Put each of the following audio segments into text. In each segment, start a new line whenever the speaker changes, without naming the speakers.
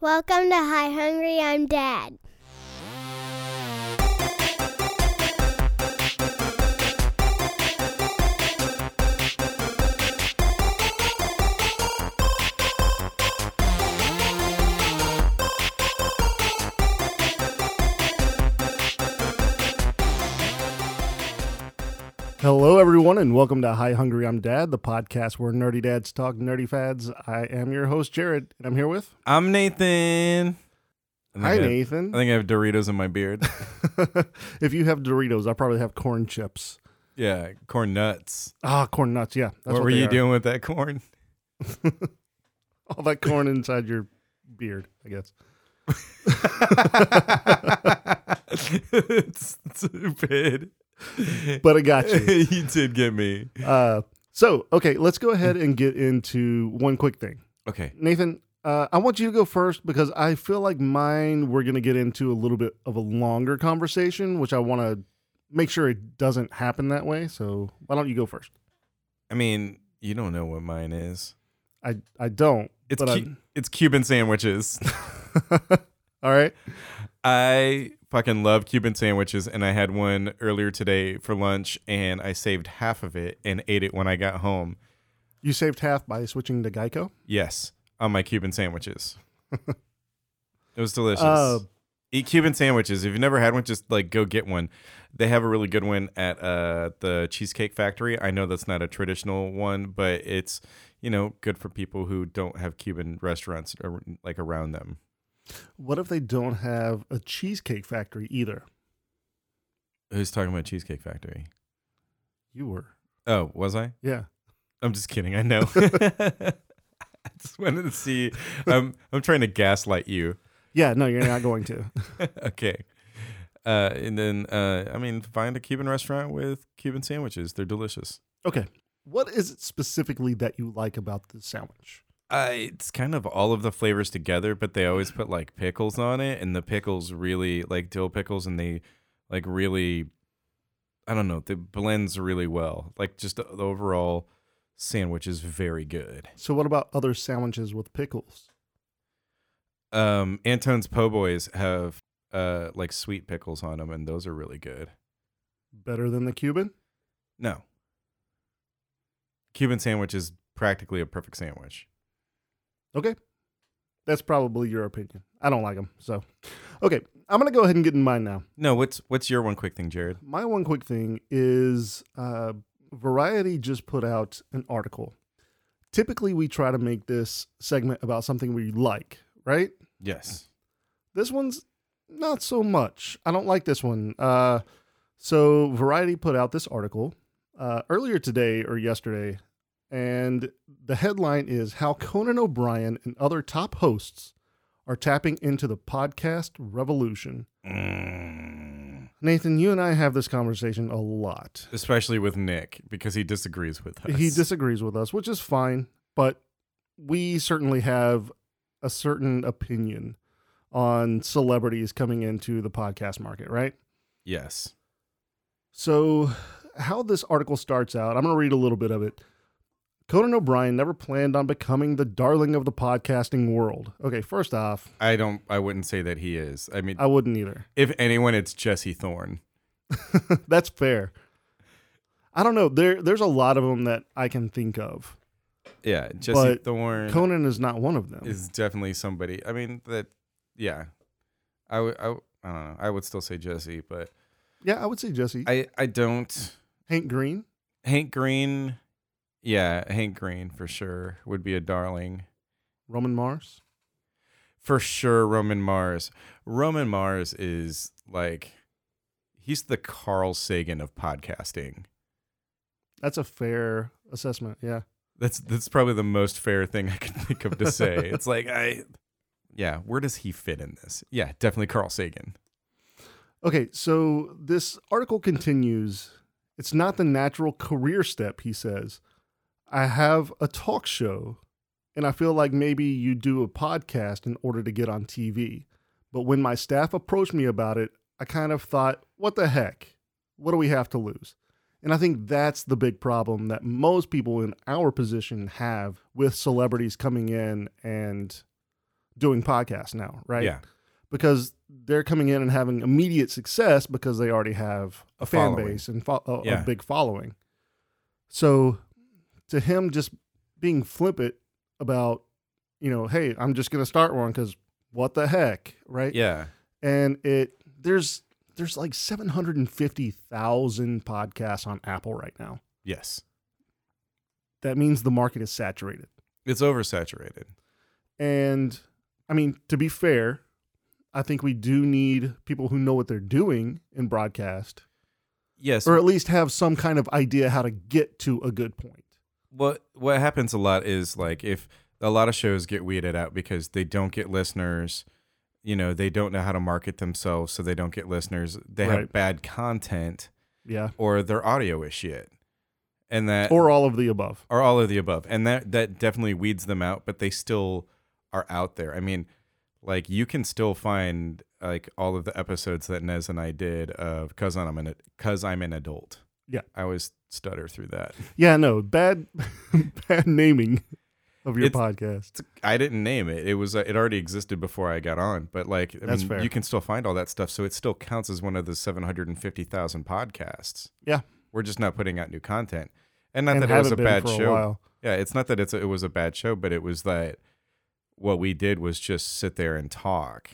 Welcome to Hi Hungry, I'm Dad.
Hello, everyone, and welcome to Hi Hungry. I'm Dad, the podcast where nerdy dads talk nerdy fads. I am your host, Jared, and I'm here with.
I'm Nathan. I think
Hi,
I have-
Nathan.
I think I have Doritos in my beard.
if you have Doritos, I probably have corn chips.
yeah, corn nuts.
Ah, corn nuts. Yeah.
What,
what
were
they
you
are.
doing with that corn?
All that corn inside your beard, I guess.
it's stupid.
But I got you.
you did get me.
Uh, so, okay, let's go ahead and get into one quick thing.
Okay.
Nathan, uh, I want you to go first because I feel like mine, we're going to get into a little bit of a longer conversation, which I want to make sure it doesn't happen that way. So why don't you go first?
I mean, you don't know what mine is.
I, I don't.
It's
but
cu- it's Cuban sandwiches.
I, all right.
I fucking love Cuban sandwiches, and I had one earlier today for lunch, and I saved half of it and ate it when I got home.
You saved half by switching to Geico.
Yes, on my Cuban sandwiches. it was delicious.
Uh,
Eat Cuban sandwiches. If you've never had one, just like go get one. They have a really good one at uh, the Cheesecake Factory. I know that's not a traditional one, but it's you know good for people who don't have Cuban restaurants ar- like around them.
What if they don't have a cheesecake factory either?
Who's talking about Cheesecake Factory?
You were.
Oh, was I?
Yeah.
I'm just kidding. I know. I just wanted to see. I'm I'm trying to gaslight you.
Yeah. No, you're not going to.
okay. Uh, and then, uh, I mean, find a Cuban restaurant with Cuban sandwiches. They're delicious.
Okay. What is it specifically that you like about the sandwich?
Uh, it's kind of all of the flavors together, but they always put like pickles on it, and the pickles really like dill pickles, and they like really, I don't know, it blends really well. Like just the, the overall sandwich is very good.
So what about other sandwiches with pickles?
Um, Anton's Po' Boys have uh like sweet pickles on them, and those are really good.
Better than the Cuban?
No, Cuban sandwich is practically a perfect sandwich.
Okay. That's probably your opinion. I don't like them. So, okay. I'm going to go ahead and get in mine now.
No, what's what's your one quick thing, Jared?
My one quick thing is uh, Variety just put out an article. Typically, we try to make this segment about something we like, right?
Yes.
This one's not so much. I don't like this one. Uh, so, Variety put out this article uh, earlier today or yesterday, and the headline is How Conan O'Brien and Other Top Hosts Are Tapping into the Podcast Revolution.
Mm.
Nathan, you and I have this conversation a lot.
Especially with Nick because he disagrees with us.
He disagrees with us, which is fine, but we certainly have a certain opinion on celebrities coming into the podcast market, right?
Yes.
So, how this article starts out, I'm going to read a little bit of it. Conan O'Brien never planned on becoming the darling of the podcasting world. Okay, first off,
I don't I wouldn't say that he is. I mean
I wouldn't either.
if anyone it's Jesse Thorne.
That's fair. I don't know. There, there's a lot of them that I can think of.
Yeah, Jesse
But
Thorne
Conan is not one of them.
is definitely somebody. I mean that yeah. I would I, w- I don't know. I would still say Jesse, but
yeah, I would say Jesse.
I I don't
Hank Green.
Hank Green yeah, Hank Green for sure would be a darling.
Roman Mars.
for sure Roman Mars. Roman Mars is like he's the Carl Sagan of podcasting.
That's a fair assessment. Yeah.
That's that's probably the most fair thing I could think of to say. it's like I yeah, where does he fit in this? Yeah, definitely Carl Sagan.
Okay, so this article continues. It's not the natural career step, he says. I have a talk show, and I feel like maybe you do a podcast in order to get on TV. But when my staff approached me about it, I kind of thought, what the heck? What do we have to lose? And I think that's the big problem that most people in our position have with celebrities coming in and doing podcasts now, right?
Yeah.
Because they're coming in and having immediate success because they already have a, fan
following.
base and fo- a,
Yeah.
a big following. So to him, just being flippant about, you know, hey, I'm just going to start one because what the heck, right?
Yeah.
and it there's there's like 750,000 podcasts on Apple right now.
Yes.
That means the market is saturated.
It's oversaturated.
And I mean, to be fair, I think we do need people who know what they're doing in broadcast
Yes.
or at least have some kind of idea how to get to a good point.
what what happens a lot is like if a lot of shows get weeded out because they don't get listeners you know they don't know how to market themselves so they don't get listeners they
Right.
have bad content
Yeah.
or their audio is shit and that
Or all of the above.
or all of the above and that that definitely weeds them out but they still are out there i mean like you can still find like all of the episodes that Nez and I did of cuz I'm an cuz I'm an adult.
Yeah.
I always stutter through that.
Yeah, no, bad bad naming of your
It's-
podcast.
I didn't name it. It was uh, it already existed before I got on, but like I
That's
mean,
fair.
you can still find all that stuff, so it still counts as one of the seven hundred and fifty thousand podcasts.
Yeah.
we're just not putting out new content, and not
And
that it was
haven't
a
been
bad
for a
show.
while.
Yeah, it's not that it's a, it was a bad show, but it was that what we did was just sit there and talk.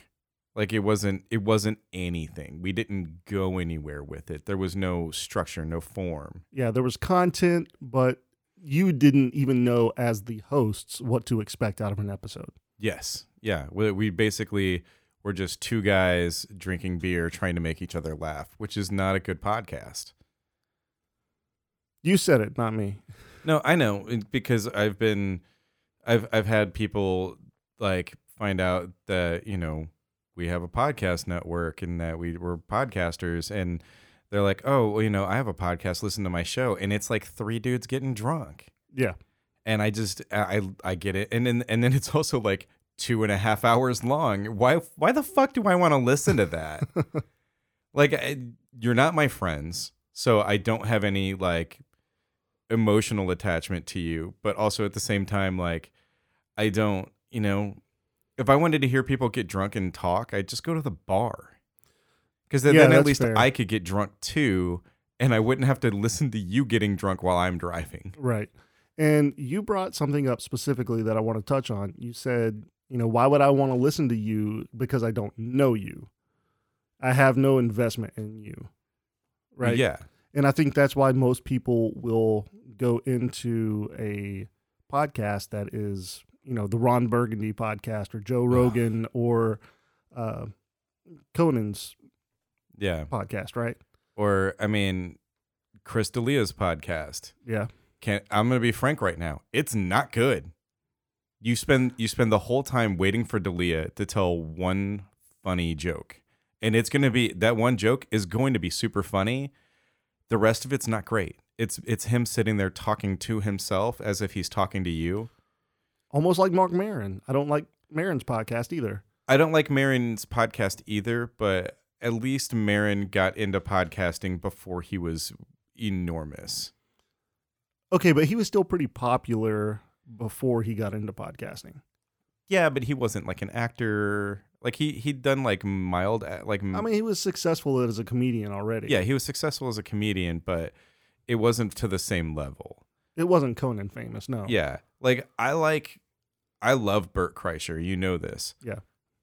Like it wasn't it wasn't anything. We didn't go anywhere with it. There was no structure, no form.
yeah, there was content, but you didn't even know as the hosts what to expect out of an episode.
Yes. Yeah. We, we basically were just two guys drinking beer trying to make each other laugh, which is not a good podcast.
You said it, not me.
No, I know it- because I've been, I've I've had people like find out that you know we have a podcast network and that we were podcasters and they're like, oh, well, you know, I have a podcast. Listen to my show, and it's like three dudes getting drunk.
Yeah.
and I just I I I get it, and then and then it's also like two and a half hours long. Why why the fuck do I want to listen to that? like I, you're not my friends, so I don't have any like emotional attachment to you. But also at the same time, like I don't you know if I wanted to hear people get drunk and talk, I'd just go to the bar because then,
Yeah,
then at
that's
least
fair.
I could get drunk too. And I wouldn't have to listen to you getting drunk while I'm driving.
Right. And you brought something up specifically that I want to touch on. You said, you know, why would I want to listen to you because I don't know you? I have no investment in you. Right.
Yeah.
And I think that's why most people will go into a podcast that is, you know, the Ron Burgundy podcast or Joe Rogan or uh, Conan's
Yeah.
podcast, right?
or I mean, Chris D'Elia's podcast.
Yeah.
Can I'm gonna be frank right now? It's not good. You spend you spend the whole time waiting for D'Elia to tell one funny joke, and it's gonna be that one joke is going to be super funny. The rest of it's not great. It's it's him sitting there talking to himself as if he's talking to you.
Almost like Mark Marin. I don't like Marin's podcast either.
I don't like Marin's podcast either, but at least Marin got into podcasting before he was enormous.
Okay, but he was still pretty popular before he got into podcasting.
Yeah, but he wasn't like an actor. Like he he'd done like mild a- like
I mean, he was successful as a comedian already.
Mm. yeah, he was successful as a comedian, but it wasn't to the same level.
It wasn't Conan famous, no.
Yeah. Like I like I love Burt Kreischer, you know this.
Yeah.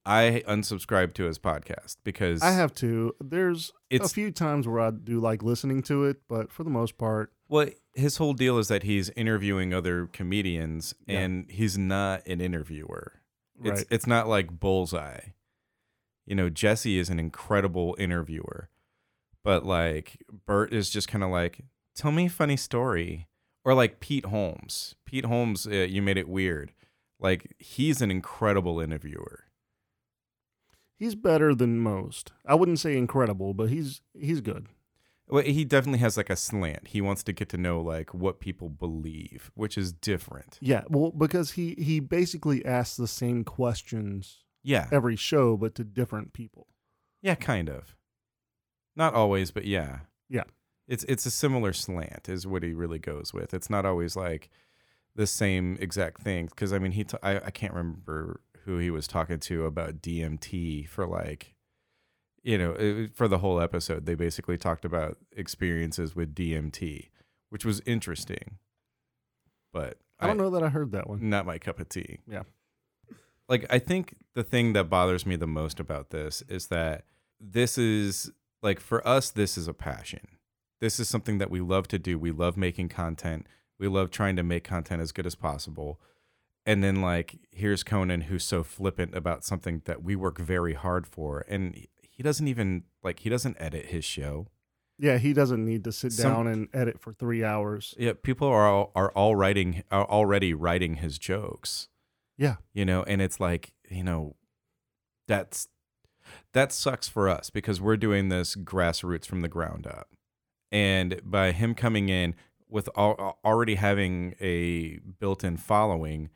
I unsubscribed to his podcast because
I have to. There's a
It's-
few times where I do like listening to it, but for the most part,
well his whole deal is that he's interviewing other comedians
Yeah.
and he's not an interviewer.
right?
It's it's not like bullseye. You know, Jesse is an incredible interviewer, but like Bert is just kind of like, tell me a funny story, or like Pete Holmes. Pete Holmes, uh, you made it weird. Like he's an incredible interviewer.
He's better than most. I wouldn't say incredible, but he's he's good.
Well, he definitely has like a slant. He wants to get to know like what people believe, which is different.
Yeah, well, because he he basically asks the same questions
Yeah,
every show, but to different people.
yeah, kind of. Not always, but yeah.
Yeah.
it's it's a similar slant is what he really goes with. It's not always like the same exact thing because I mean he t- I I can't remember who he was talking to about DMT for like you know, it, for the whole episode they basically talked about experiences with DMT, which was interesting. But
I don't know that I heard that one.
not my cup of tea.
Yeah.
Like I think the thing that bothers me the most about this is that this is like for us this is a passion. This is something that we love to do. We love making content. We love trying to make content as good as possible. And then like here's Conan who's so flippant about something that we work very hard for and he doesn't even like he doesn't edit his show.
Yeah, he doesn't need to sit
Some-
down and edit for three hours.
Yeah, people are all, are all writing are already writing his jokes.
Yeah.
you know, and it's like you know, that's that sucks for us because we're doing this grassroots from the ground up, and by him coming in with al- already having a built-in following,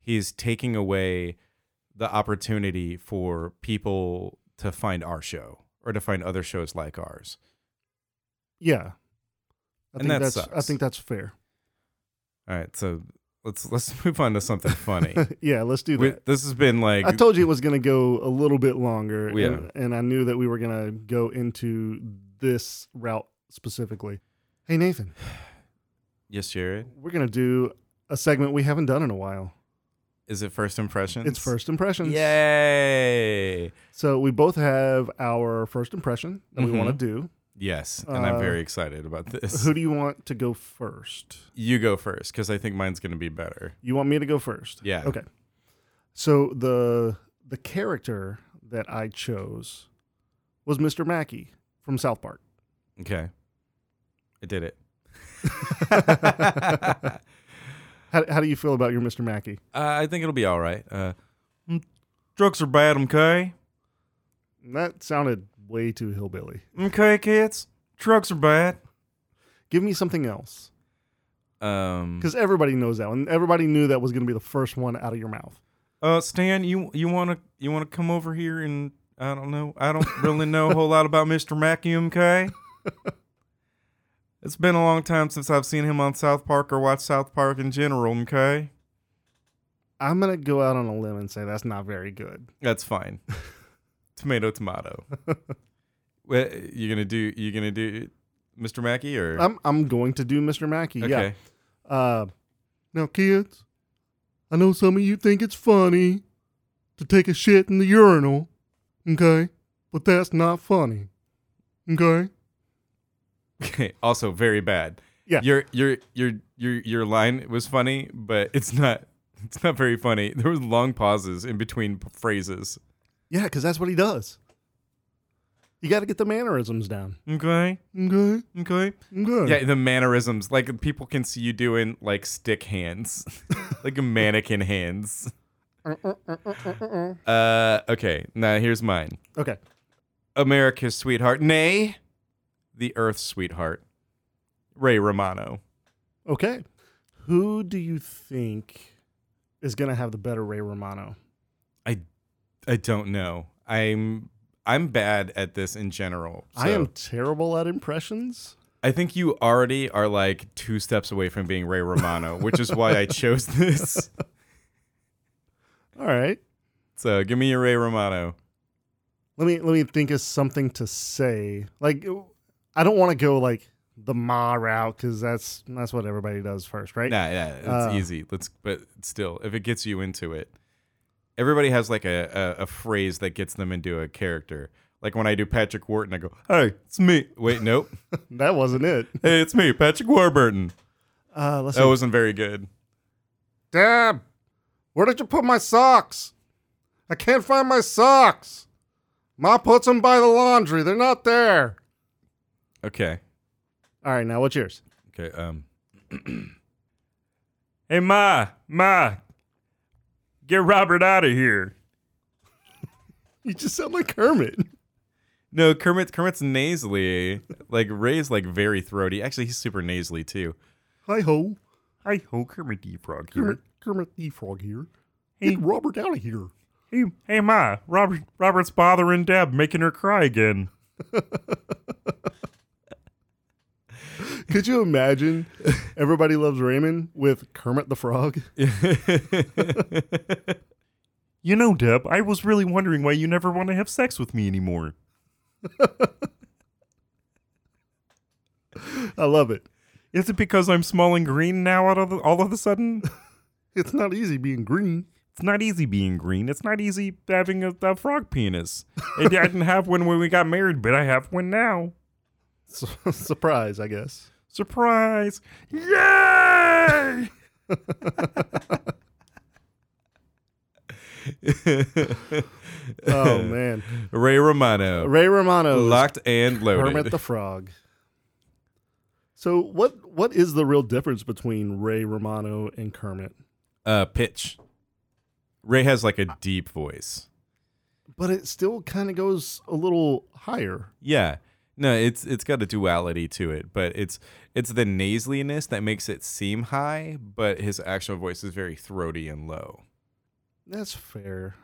he's taking away the opportunity for people to find our show or to find other shows like ours.
Yeah. I think
And that
that's I
sucks.
think that's fair.
All right, so let's let's move on to something funny.
yeah, let's do
We-
that.
this has been like
I told you it was going to go a little bit longer.
Oh, Yeah.
And, and I knew that we were going to go into this route specifically. Hey, Nathan,
yes, Jared.
we're going to do a segment we haven't done in a while.
Is it first impressions?
It's first impressions.
Yay!
So we both have our first impression that we want
Mhm.
to do.
Yes, and
Uh,
I'm very excited about this.
Who do you want to go first?
You go first because I think mine's gonna be better.
You want me to go first?
Yeah.
Okay. So the the character that I chose was Mr. Mackey from South Park.
Okay. I did it.
how, how do you feel about your Mr. Mackey?
Uh, I think it'll be all right. Uh, mm, drugs are bad. Okay.
That sounded way too hillbilly.
Okay, kids. Drugs are bad.
Give me something else.
Um.
Because everybody knows that one. Everybody knew that was going to be the first one out of your mouth.
uh, Stan, you you wanna you wanna come over here and I don't know. I don't really know a whole lot about Mr. Mackey. Okay. It's been a long time since I've seen him on South Park or watched South Park in general. Okay.
I'm going to go out on a limb and say that's not very good.
That's fine. tomato, tomato. Well, you gonna do? You gonna do, Mr. Mackey or?
I'm, I'm going to do Mr. Mackey.
okay.
Yeah. Uh, now, kids, I know some of you think it's funny to take a shit in the urinal, okay? But that's not funny, okay?
Okay. Also, very bad.
Yeah.
Your your your your your line was funny, but it's not. It's not very funny. There was long pauses in between p- phrases.
Yeah, because that's what he does. You got to get the mannerisms down.
Okay.
Okay,
Okay.
okay.
Yeah, the mannerisms. Like people can see you doing like stick hands, like mannequin hands. Uh. Okay. Now here's mine.
Okay.
America's sweetheart, nay, the Earth's sweetheart, Ray Romano.
Okay. Who do you think is going to have the better Ray Romano?
I don't know. I'm I'm bad at this in general.
I
so
am terrible at impressions.
I think you already are like two steps away from being Ray Romano, which is why I chose this.
All right.
So give me your Ray Romano.
Let me let me think of something to say. Like I don't want to go like the ma route cuz that's that's what everybody does first, right?
Nah, yeah, it's
Uh,
easy. Let's, but still, if it gets you into it, everybody has like a, a a phrase that gets them into a character. Like when I do Patrick Wharton, I go, "Hey, it's me." Wait, nope.
That wasn't it.
hey, it's me, Patrick Warburton.
Uh let's
That
see.
wasn't very good.
Dab. Where did you put my socks? I can't find my socks. Ma puts them by the laundry. They're not there.
Okay.
All right, now what's yours?
Okay. Um. hey, Ma, Ma, get Robert out of here.
You just sound like Kermit.
No, Kermit. Kermit's nasally. Like Ray's like very throaty. Actually, he's super nasally too.
Hi ho.
Hi ho, Kermit the Frog
Kermit,
here.
Kermit the Frog here.
Hey.
Get Robert out of here.
Hey, hey, Ma, Robert, Robert's bothering Deb, making her cry again.
Could you imagine Everybody Loves Raymond with Kermit the Frog?
You know, Deb, I was really wondering why you never want to have sex with me anymore.
I love it.
Is it because I'm small and green now all of, all of a sudden?
It's not easy being green.
It's not easy being green. It's not easy having a, a frog penis. It, I didn't have one when we got married, but I have one now.
Su- Surprise, I guess.
Surprise! Yay!
Oh man,
Ray Romano,
Ray Romano, is
locked and loaded.
Kermit the Frog. So what what is the real difference between Ray Romano and Kermit?
uh, pitch. Ray has like a deep voice.
But it still kind of goes a little higher.
Yeah. No, it's it's got a duality to it, but it's it's the nasaliness that makes it seem high, but his actual voice is very throaty and low.
That's fair.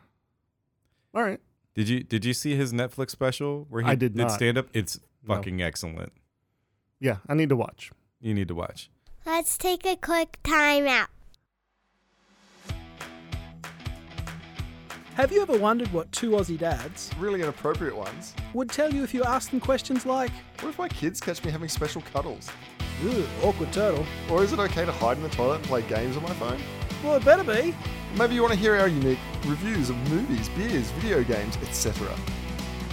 All right.
Did you did you see his Netflix special where he
I did not.
stand up? It's
No.
fucking excellent.
Yeah, I need to watch.
You need to watch.
Let's take a quick time out.
Have you ever wondered what two Aussie dads
really inappropriate ones.
would tell you if you asked them questions like,
What if my kids catch me having special cuddles?
Ooh, awkward turtle?
Or is it okay to hide in the toilet and play games on my phone?
Well, it better be.
Maybe you want to hear our unique reviews of movies, beers, video games, etc.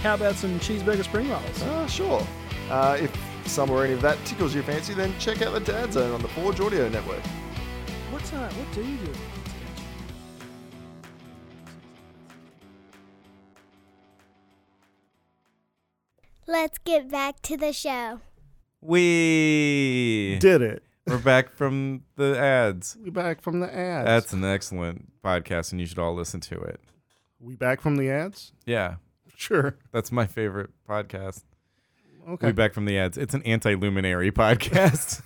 How about some cheeseburger spring rolls?
Ah, sure. Uh, if some or any of that tickles your fancy, then check out the Dad Zone on the Forge Audio Network.
What's uh, what do you do?
Let's get back to the show.
We
Did it.
We're back from the ads.
We back from the ads.
That's an excellent podcast, and you should all listen to it.
we back from the ads?
Yeah,
Sure.
that's my favorite podcast.
Okay.
We back from the ads. It's an anti-luminary podcast.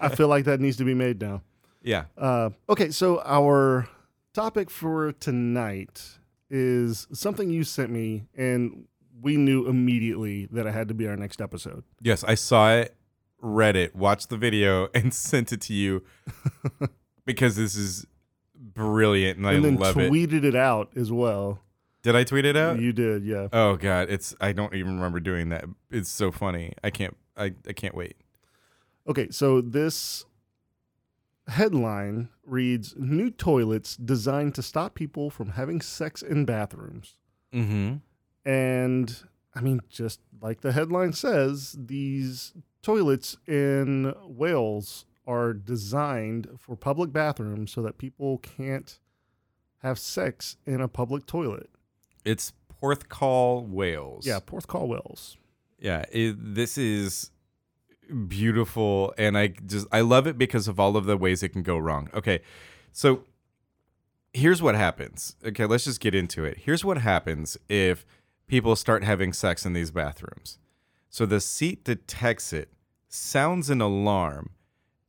I feel like that needs to be made now.
yeah,
Uh, okay, so our topic for tonight is something you sent me, and we knew immediately that it had to be our next episode.
Yes, I saw it, read it, watched the video, and sent it to you because this is brilliant and,
and
I
then
love it. Uh,
tweeted it. out as well.
Did I tweet it out?
you did, yeah.
oh god, it's I don't even remember doing that. It's so funny. I can't I, I can't wait.
Okay, so this headline reads New toilets designed to stop people from having sex in bathrooms.
Mm-hmm.
And I mean, just like the headline says, these toilets in Wales are designed for public bathrooms so that people can't have sex in a public toilet.
It's Porthcawl, Wales.
Yeah, Porthcawl Wells.
Yeah, it, this is beautiful and I just I love it because of all of the ways it can go wrong. Okay. So here's what happens. Okay, let's just get into it. Here's what happens if people start having sex in these bathrooms. So the seat detects it, sounds an alarm.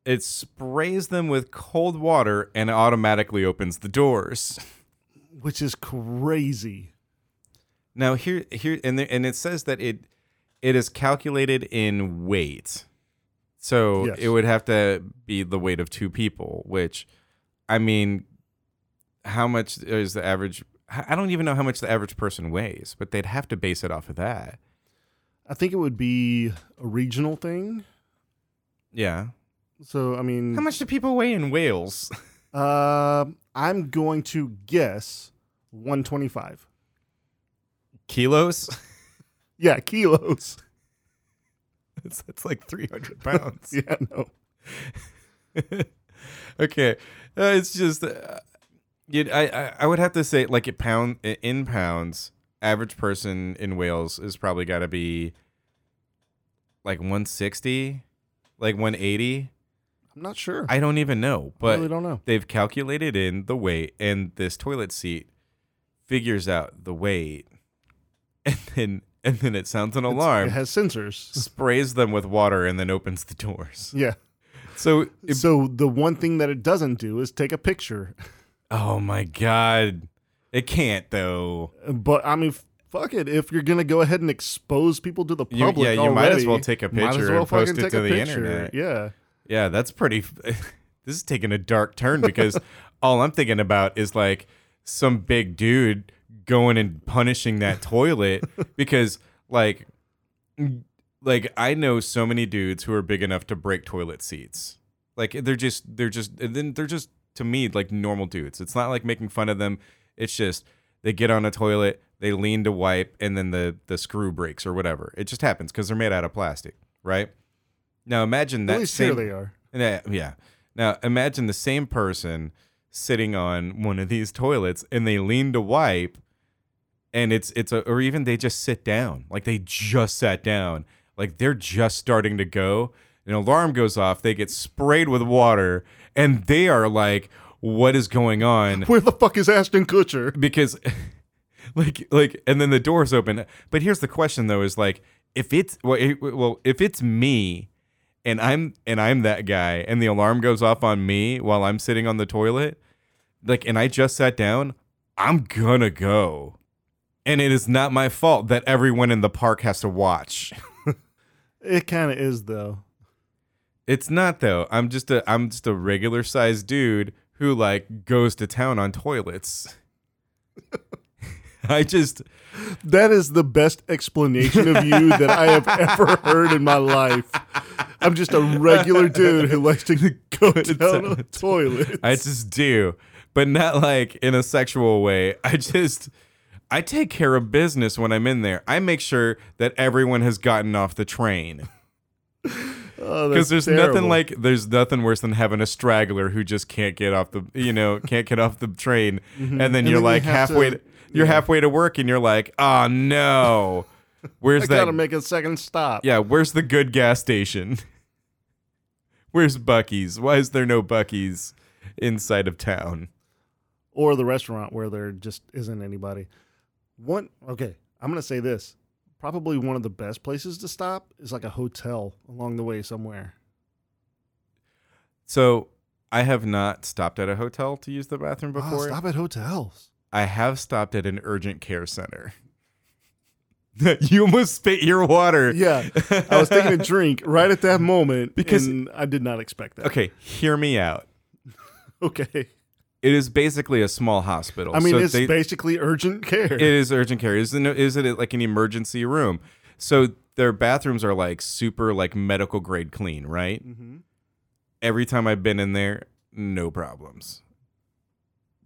It sprays them with cold water and automatically opens the doors.
Which is crazy.
Now here here and there, and it says that it it is calculated in weight. So
Yes.
it would have to be the weight of two people, which I mean how much is the average I I don't even know how much the average person weighs, but they'd have to base it off of that.
I think it would be a regional thing.
Yeah.
So, I mean,
How much do people weigh in Wales?
Uh, I'm going to guess 125.
Kilos?
Yeah, kilos.
That's, that's like 300 pounds.
Yeah, no.
okay, uh, it's just uh, you, I, I I would have to say like it pound in pounds. Average person in Wales is probably got to be like 160, like 180.
I'm not sure.
I don't even know,
I
but
really don't know.
they've calculated in the weight, and this toilet seat figures out the weight, and then and then it sounds an alarm,
It has sensors.
sprays them with water, and then opens the doors.
Yeah.
So it
So the one thing that it doesn't do is take a picture.
Oh my god. It can't though.
But I mean, fuck it. If you're gonna go ahead and expose people to the
You-
public,
yeah, you might as
already,
well take a
might as
picture
well
and post
fucking
it
take
to
a
the
picture.
internet.
Yeah,
Yeah, that's pretty this is taking a dark turn because all I'm thinking about is like some big dude going and punishing that toilet because like like I know so many dudes who are big enough to break toilet seats. Like they're just they're just and then they're just to me like normal dudes. It's not like making fun of them. It's just they get on a toilet, they lean to wipe, and then the the screw breaks or whatever. It just happens because they're made out of plastic, right? Now imagine that
At least
same,
here they are.
yeah, yeah. Now imagine the same person sitting on one of these toilets and they lean to wipe and it's it's a, or even they just sit down. Like they just sat down. Like they're just starting to go. An alarm goes off, they get sprayed with water and they are like what is going on?
Where the fuck is Ashton Kutcher?
because like like and then the doors open but here's the question though is like if it's well, it- well if it's me and i'm and i'm that guy and the alarm goes off on me while i'm sitting on the toilet like and i just sat down i'm gonna go and it is not my fault that everyone in the park has to watch
It kind of is though.
it's not though i'm just a i'm just a regular sized dude who like goes to town on toilets i just
That is the best explanation of you that I have ever heard in my life. I'm just a regular dude who likes to go down the toilet.
I just do, but not like in a sexual way. I just I take care of business when I'm in there. I make sure that everyone has gotten off the train
Oh, that's
because there's
terrible.
nothing like there's nothing worse than having a straggler who just can't get off the you know can't get off the train, and then
Mm-hmm. And
you're
then you
like
have to-
halfway to, you're halfway to work and you're like, oh no, where's
I
that?
gotta make a second stop.
yeah, where's the good gas station? Where's Bucky's? Why is there no Bucky's inside of town?
or the restaurant where there just isn't anybody. One okay, I'm gonna say this. Probably one of the best places to stop is like a hotel along the way somewhere.
So I have not stopped at a hotel to use the bathroom
Ah,
before.
stop at hotels.
I have stopped at an urgent care center. you almost spit your water.
Yeah, I was taking a drink right at that moment
Because-
and I did not expect that.
Okay, hear me out.
okay.
It is basically a small hospital.
I mean,
so
it's
they-
basically urgent care.
it is urgent care. Is it is it like an emergency room? So their bathrooms are like super like medical grade clean, right?
Mhm.
every time I've been in there, no problems.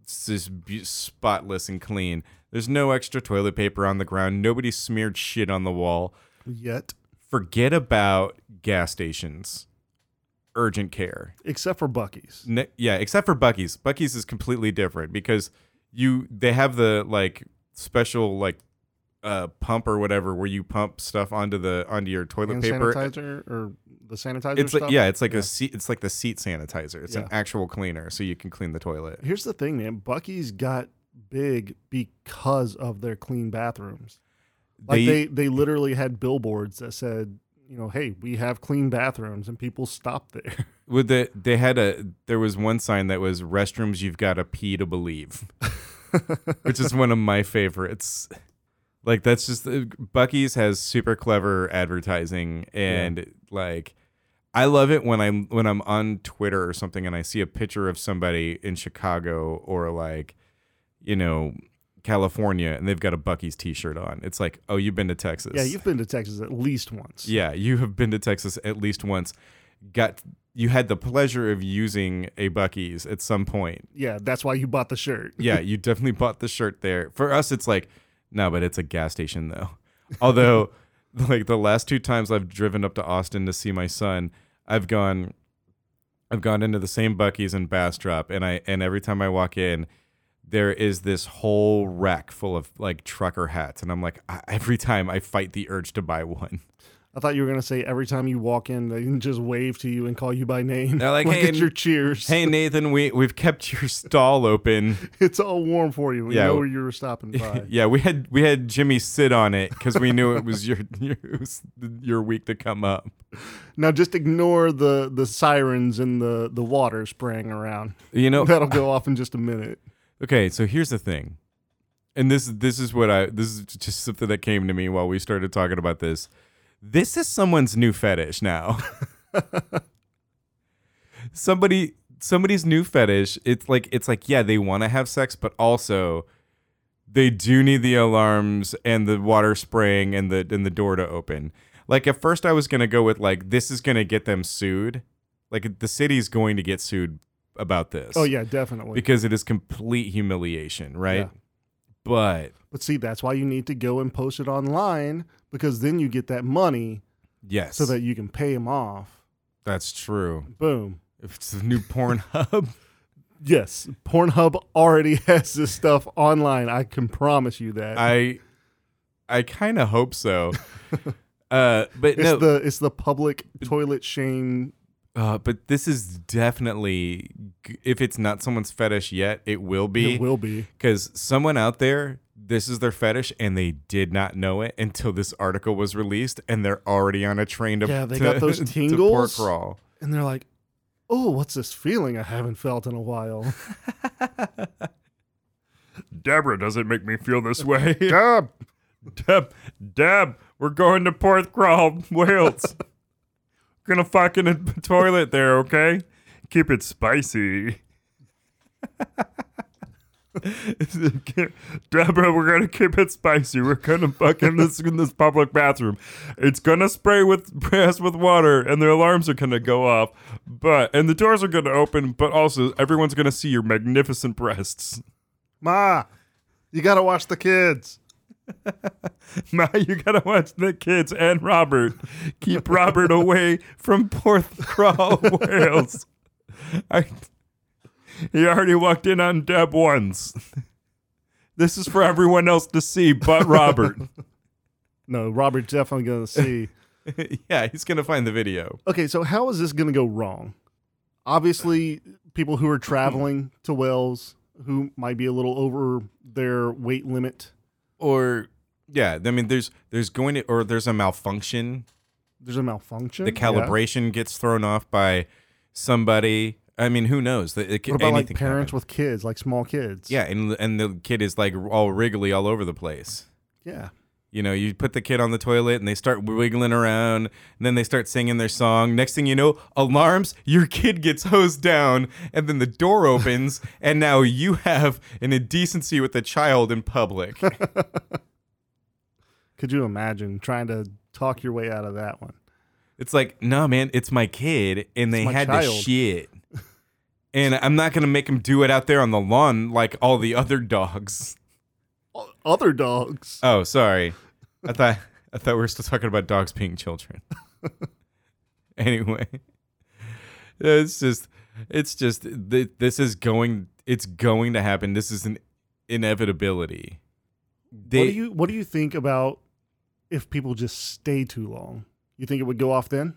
It's just be- spotless and clean. There's no extra toilet paper on the ground. Nobody smeared shit on the wall.
Yet,
Forget about gas stations, urgent care.
except for Bucky's.
Ne- yeah, except for Bucky's. Bucky's is completely different because you they have the like special like uh pump or whatever where you pump stuff onto the onto your toilet
Hand
paper
sanitizer or the sanitizer
it's
stuff?
like yeah, it's like
Yeah.
a seat. It's like the seat sanitizer. It's an
Yeah.
actual cleaner, so you can clean the toilet.
Here's the thing, man. Bucky's got big because of their clean bathrooms. Like they, they, literally had billboards that said, you know, hey, we have clean bathrooms, and people stopped there.
with the they had a there was one sign that was restrooms you've got to pee to believe, which is one of my favorites. Like that's just Bucky's has super clever advertising and like I love it when I'm when I'm on Twitter or something and I see a picture of somebody in Chicago or like you know California and they've got a Bucky's t-shirt on. It's like, "Oh, you've been to Texas."
yeah, you've been to Texas at least once.
Yeah, you have been to Texas at least once. Got you had the pleasure of using a Bucky's at some point.
yeah, that's why you bought the shirt.
Yeah, you definitely bought the shirt there. For us, it's like no, but it's a gas station though. Although, like the last two times I've driven up to Austin to see my son, I've gone, I've gone into the same Bucky's in Bastrop, and I and every time I walk in. There is this whole rack full of like trucker hats, and I'm like, I, every time I fight the urge to buy one.
I thought you were gonna say every time you walk in, they can just wave to you and call you by name.
They're like, "Hey,
it's your cheers.
Hey Nathan, we we've kept your stall open.
It's all warm for you. We
Yeah.
know where you were stopping by.
yeah, we had we had Jimmy sit on it because we knew it was your, your it was your week to come up.
Now just ignore the the sirens and the the water spraying around.
You know.
That'll go off in just a minute.
Okay, so here's the thing, and this this is what I this is just something that came to me while we started talking about this. This is someone's new fetish now. Somebody somebody's new fetish. It's like it's like yeah, they want to have sex, but also they do need the alarms and the water spraying and the and the door to open. Like at first, I was gonna go with like this is gonna get them sued. Like the city's going to get sued about this.
Oh yeah, definitely.
because it is complete humiliation, right?
Yeah.
But
but see, that's why you need to go and post it online because then you get that money
yes,
so that you can pay him off.
that's true.
Boom.
If it's the new Pornhub.
Yes, Pornhub already has this stuff online. I can promise you that.
I I kind of hope so. uh, but
it's
no,
the it's the public toilet shame.
uh, but this is definitely g- if it's not someone's fetish yet, it will be
It will be.
because someone out there this is their fetish and they did not know it until this article was released and they're already on a train to
Yeah, they
to-
got those
to pork
tingles.
crawl.
and they're like, "Oh, what's this feeling I haven't felt in a while?"
Deborah doesn't make me feel this way. Deb, Deb, Deb, we're going to Porthcrawl, Wales. Gonna fuck in a toilet there, okay? Keep it spicy. Deborah, we're gonna keep it spicy. We're gonna fuck in this in this public bathroom. It's gonna spray with spray us with water, and the alarms are gonna go off. But and the doors are gonna open. But also, everyone's gonna see your magnificent breasts.
Ma, you gotta watch the kids.
Ma, you gotta watch the kids and Robert. Keep Robert away from Porthcrawl, Wales. I, he already walked in on Deb once. This is for everyone else to see but Robert.
No, Robert's definitely gonna see.
yeah, he's gonna find the video.
okay, so how is this gonna go wrong? Obviously, people who are traveling to Wells who might be a little over their weight limit.
Or yeah, I mean there's there's going to or there's a malfunction
There's a malfunction.
the calibration gets thrown off by somebody. I mean, who knows? It, it,
Yeah. What about like parents with kids, like small kids?
yeah, and and the kid is like all wriggly all over the place.
yeah.
You know, you put the kid on the toilet and they start wiggling around, and then they start singing their song. Next thing you know, alarms, your kid gets hosed down, and then the door opens, and now you have an indecency with a child in public.
Could you imagine trying to talk your way out of that one?
It's like, no, man, it's my kid, and they
my
had to
child."
shit. And I'm not gonna make him do it out there on the lawn like all the other dogs.
O- Other dogs.
Oh, sorry. I thought I thought we were still talking about dogs being children. anyway, it's just it's just th- this is going it's going to happen. This is an inevitability. They,
what do you What do you think about if people just stay too long? You think it would go off then?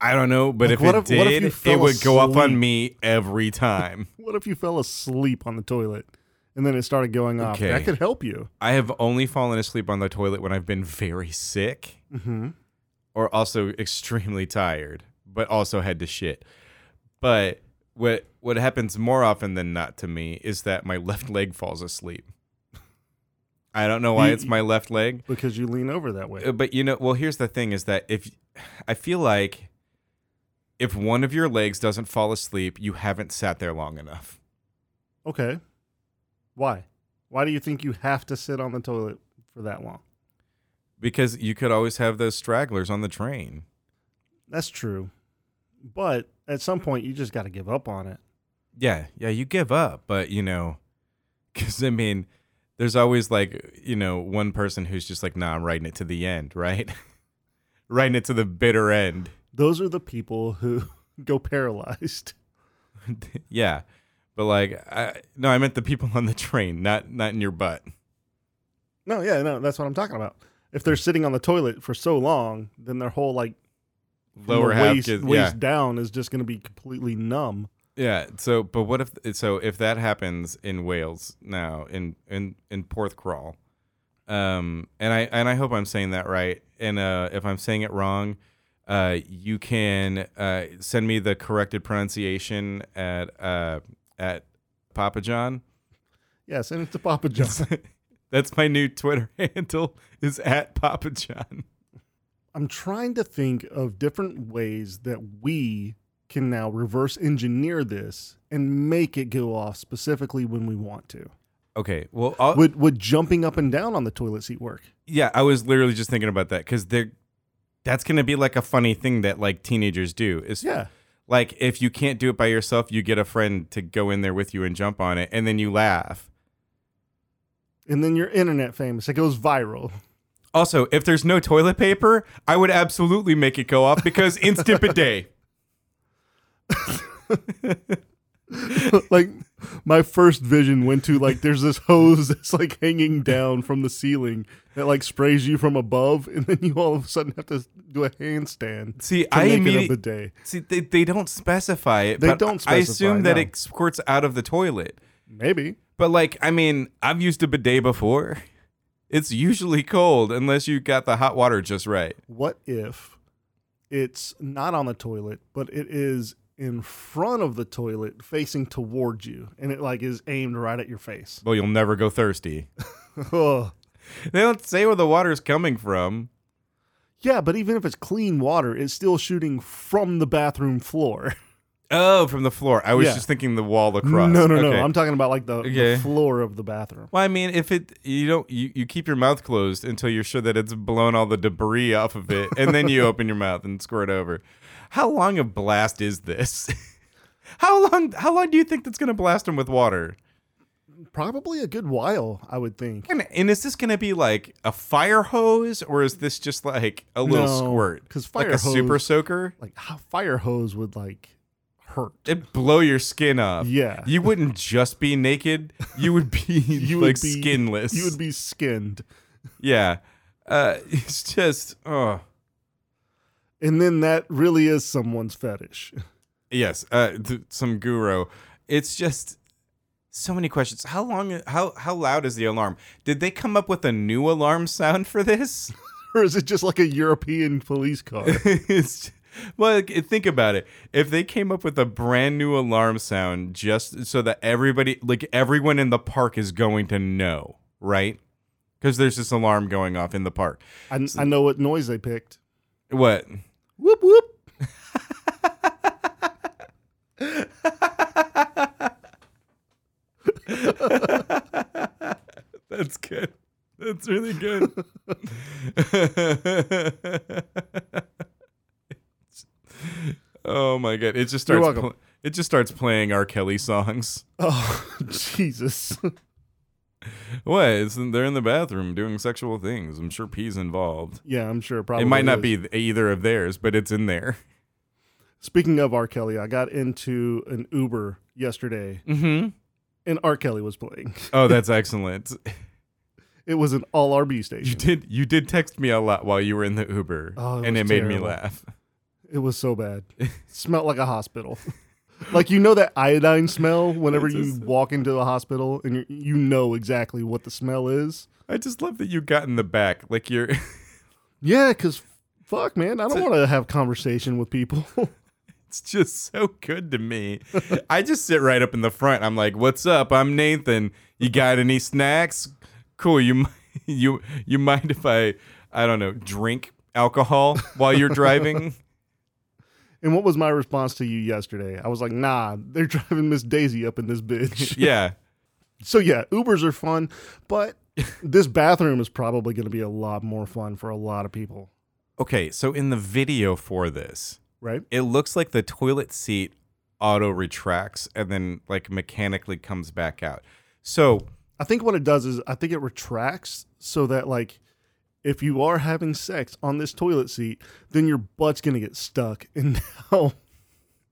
I don't know, but
Like,
if
what
it
if- what if
did,
you
it
fell
would go up on
asleep?
me every time.
What if you fell asleep on the toilet and then it started going off?
Okay.
That could help you.
I have only fallen asleep on the toilet when I've been very sick
Mm-hmm.
or also extremely tired, but also had to shit. But what what happens more often than not to me is that my left leg falls asleep. I don't know why
You-
it's my left leg,
Because you lean over that way.
uh, but you know, well, here's the thing: is that if I feel like if one of your legs doesn't fall asleep, you haven't sat there long enough.
Okay. Why? Why do you think you have to sit on the toilet for that long?
Because you could always have those stragglers on the train.
That's true. But at some point, you just got to give up on it.
Yeah, yeah, you give up, but you know, because I mean, there's always like you know one person who's just like, "Nah, I'm writing it to the end," right? writing it to the bitter end.
Those are the people who go paralyzed.
yeah, but like, I, no, I meant the people on the train, not not in your butt.
No, yeah, no, that's what I'm talking about. If they're sitting on the toilet for so long, then their whole like from
Lower
the
half,
waist,
gets- yeah,
waist down is just going to be completely numb.
yeah. So, but what if so if that happens in Wales now in in in Porthcrawl, um, and I and I hope I'm saying that right, and uh, if I'm saying it wrong, uh, you can uh, send me the corrected pronunciation at uh, at Papa John.
Yes, and it's a Papa John.
That's my new Twitter handle is at Papa John.
I'm trying to think of different ways that we can now reverse engineer this and make it go off specifically when we want to.
Okay. Well, I'll,
Would would jumping up and down on the toilet seat work?
yeah, I was literally just thinking about that because they're that's gonna be like a funny thing that like teenagers do. Is
Yeah.
like if you can't do it by yourself, you get a friend to go in there with you and jump on it, and then you laugh.
And then you're internet famous. It goes viral.
Also, if there's no toilet paper, I would absolutely make it go off because instant bidet.
like my first vision went to like there's this hose that's like hanging down from the ceiling that like sprays you from above and then you all of a sudden have to do a handstand.
See,
To
I
make it a
immediately
bidet.
see they, they don't specify it.
They
but
don't
I
specify,
assume that
no.
it squirts out of the toilet.
Maybe.
But like, I mean, I've used a bidet before. It's usually cold unless you got the hot water just right.
What if it's not on the toilet, but it is in front of the toilet facing towards you and it like is aimed right at your face?
Well, you'll never go thirsty.
Ugh.
They don't say where the water's coming from.
Yeah, but even if it's clean water, it's still shooting from the bathroom floor.
Oh, from the floor. I was
Yeah.
just thinking the wall across.
No, no,
Okay.
no. I'm talking about like the, the
Okay.
floor of the bathroom.
well, I mean, if it you don't you, you keep your mouth closed until you're sure that it's blown all the debris off of it, and then you open your mouth and squirt over. How long a blast is this? how long how long do you think that's gonna blast them with water?
Probably a good while, I would think.
And, and is this gonna be like a fire hose, or is this just like a little
No,
squirt?
'cause
like
fire
a super
hose-
soaker,
Like how fire hose would like hurt.
it blow your skin up.
Yeah.
you wouldn't just be naked; you would be
You
like
would be-
skinless.
You would be skinned.
Yeah. Uh, it's just, oh.
And then that really is someone's fetish.
Yes, uh, th- some guru. It's just so many questions. How long, how, how loud is the alarm? Did they come up with a new alarm sound for this?
or is it just like a European police car?
it's, well, like, think about it. If they came up with a brand new alarm sound just so that everybody, like everyone in the park is going to know, right? Because there's this alarm going off in the park.
I, I know what noise they picked.
What?
Whoop whoop.
That's good. That's really good. oh my god! It just
You're
starts.
welcome.
pl- it just starts playing R. Kelly songs.
Oh Jesus.
What? It's in, they're in the bathroom doing sexual things. I'm sure P's involved.
yeah, I'm sure probably
it might not
is.
be th- either of theirs, but it's in there.
Speaking of R. Kelly, I got into an Uber yesterday
Mm-hmm.
and R. Kelly was playing.
Oh, that's excellent.
It was an all RB
You
station.
did. You did text me a lot while you were in the Uber,
Oh, it
and
was
it made me
terrible.
laugh.
It was so bad. Smelled like a hospital. like you know that iodine smell whenever
It's
you
just-
walk into a hospital and you you know exactly what the smell is.
I just love that you got in the back, like you're.
Yeah, cuz fuck man, I don't want to have conversation with people.
It's just so good to me. I just sit right up in the front. I'm like, "What's up? I'm Nathan. You got any snacks? Cool. You mi- you you mind if I I don't know drink alcohol while you're driving?
and what was my response to you yesterday? I was like, "Nah, they're driving Miss Daisy up in this bitch."
yeah.
So yeah, Ubers are fun, but this bathroom is probably going to be a lot more fun for a lot of people,
Okay. So in the video for this,
right?
it looks like the toilet seat auto retracts and then like mechanically comes back out. So
I think what it does is I think it retracts so that like if you are having sex on this toilet seat, then your butt's gonna get stuck, and now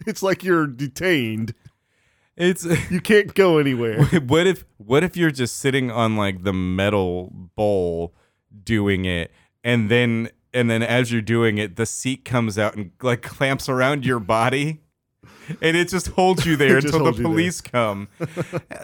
it's like you're detained.
it's.
You can't go anywhere.
what if what if you're just sitting on like the metal bowl doing it and then and then as you're doing it the seat comes out and like clamps around your body and it just holds you there
It just
until the
holds you there.
police come Uh,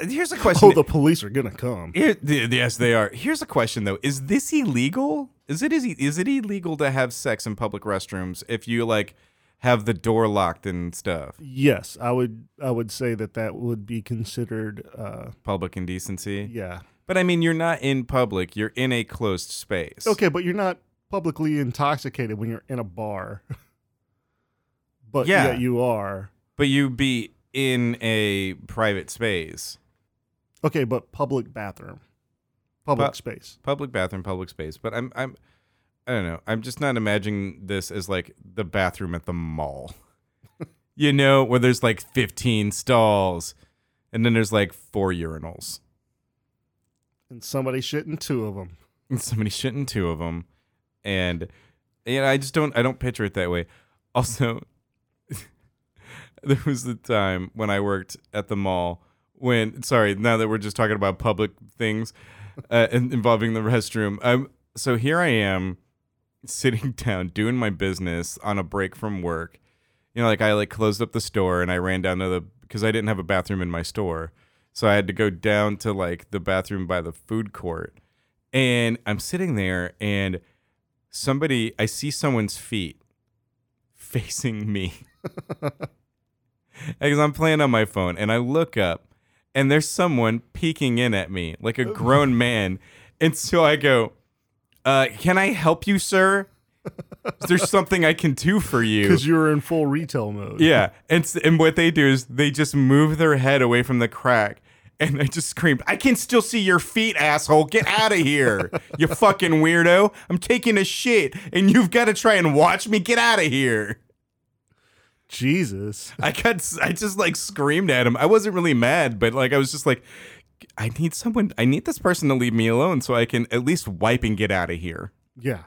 here's a question
Oh, the police are gonna come.
Here- th- yes they are here's a question though is this illegal is it is, is it illegal to have sex in public restrooms if you like have the door locked and stuff
Yes, I would. I would say that that would be considered. Uh,
public indecency
yeah.
but i mean you're not in public you're in a closed space
Okay, but you're not publicly intoxicated when you're in a bar. but
Yeah.
yet you are.
But you be in a private space,
Okay, but public bathroom, public
Bu-
space.
public bathroom, public space. But I'm I'm I don't know. I'm just not imagining this as like the bathroom at the mall. you know, where there's like 15 stalls and then there's like four urinals.
And somebody shitting two of them.
and somebody shitting two of them and you know, i just don't i don't picture it that way also there was the time when i worked at the mall when sorry now that we're just talking about public things uh, and involving the restroom um so here i am sitting down doing my business on a break from work you know like i like closed up the store and i ran down to the because i didn't have a bathroom in my store so i had to go down to like the bathroom by the food court and I'm sitting there and somebody I see someone's feet facing me because I'm playing on my phone and I look up and there's someone peeking in at me like a grown man and so I go uh can I help you sir is there something I can do for you
Because you were in full retail mode.
yeah and s- and what they do is they just move their head away from the crack and I just screamed, I can still see your feet, asshole. Get out of here, you fucking weirdo. I'm taking a shit and you've got to try and watch me. Get out of here.
Jesus.
I got, s- I just like screamed at him. I wasn't really mad, but like I was just like, I need someone, I need this person to leave me alone so I can at least wipe and get out of here.
Yeah.